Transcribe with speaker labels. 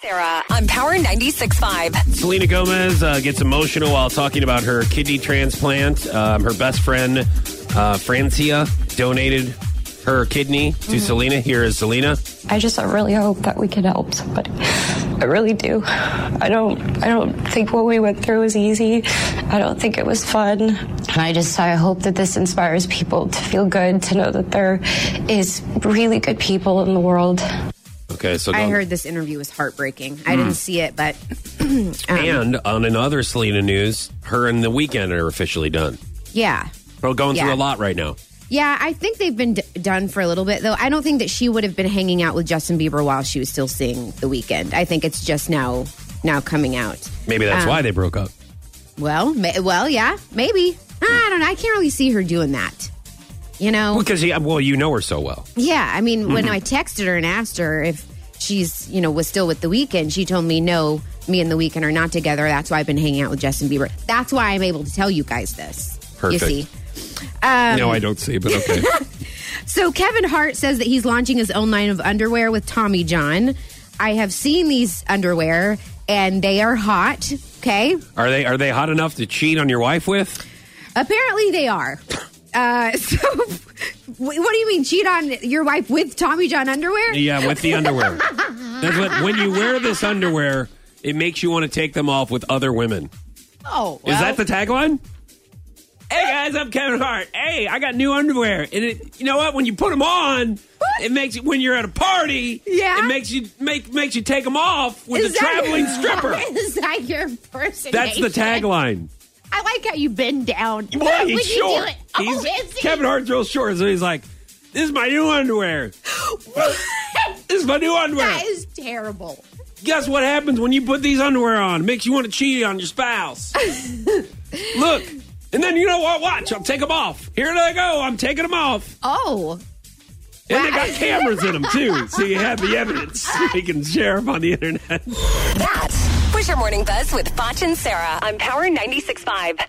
Speaker 1: Sarah on Power 96.5.
Speaker 2: Selena Gomez uh, gets emotional while talking about her kidney transplant. Um, her best friend, uh, Francia, donated her kidney to
Speaker 3: Mm-hmm.
Speaker 2: Selena. Here is Selena.
Speaker 4: I just really hope that we can help somebody. I really do. I don't I don't think what we went through was easy. I don't think it was fun. And I just I hope that this inspires people to feel good, to know that there is really good people in the world.
Speaker 2: Okay, so
Speaker 3: I
Speaker 2: Gom-
Speaker 3: heard this interview was heartbreaking. I didn't see it, but um,
Speaker 2: and on another Selena news, her and the weekend are officially done.
Speaker 3: yeah.
Speaker 2: We're going through
Speaker 3: Yeah.
Speaker 2: a lot right now.
Speaker 3: Yeah, I think they've been d- done for a little bit, though. I don't think that she would have been hanging out with Justin Bieber while she was still seeing The Weekend. I think it's just now now coming out.
Speaker 2: Maybe that's
Speaker 3: Um,
Speaker 2: why they broke up.
Speaker 3: Well, ma- well, yeah, maybe. I don't know. I can't really see her doing that. You know?
Speaker 2: Because he, well, you know her so well.
Speaker 3: Yeah, I mean,
Speaker 2: Mm-hmm.
Speaker 3: when I texted her and asked her if she's, you know, was still with The Weeknd, she told me no, me and The Weeknd are not together. That's why I've been hanging out with Justin Bieber. That's why I'm able to tell you guys this.
Speaker 2: Perfect.
Speaker 3: You see. Um,
Speaker 2: no, I don't see, but okay.
Speaker 3: So Kevin Hart says that he's launching his own line of underwear with Tommy John. I have seen these underwear and they are hot, okay?
Speaker 2: are they are they hot enough to cheat on your wife with?
Speaker 3: Apparently they are. Uh, so wh- what do you mean cheat on your wife with Tommy John underwear?
Speaker 2: Yeah, with the underwear. That's what when you wear this underwear, it makes you want to take them off with other women.
Speaker 3: Oh,
Speaker 2: Is
Speaker 3: well,
Speaker 2: that the tagline? Hey guys, I'm Kevin Hart. Hey, I got new underwear, and it, you know what? When you put them on, it makes you, when you're at a party,
Speaker 3: Yeah?
Speaker 2: it makes you make makes you take them off with
Speaker 3: Is
Speaker 2: a
Speaker 3: that-
Speaker 2: traveling stripper.
Speaker 3: Is that your impersonation?
Speaker 2: That's the tagline.
Speaker 3: I like how you bend down.
Speaker 2: Why?
Speaker 3: would
Speaker 2: He's
Speaker 3: you do
Speaker 2: short.
Speaker 3: it? Oh,
Speaker 2: He's-
Speaker 3: is he?
Speaker 2: Kevin Hart's real short, so he's like, "This is my new underwear. this is my new underwear."
Speaker 3: that is terrible.
Speaker 2: Guess what happens when you put these underwear on? It makes you want to cheat on your spouse. Look, and then you know what? Watch, I'm taking them off. Here they go. I'm taking them off,
Speaker 3: Oh,
Speaker 2: and they got cameras in them too, so you have the evidence you can share them on the internet.
Speaker 1: That was your morning buzz with Foch and Sarah on Power 96.5.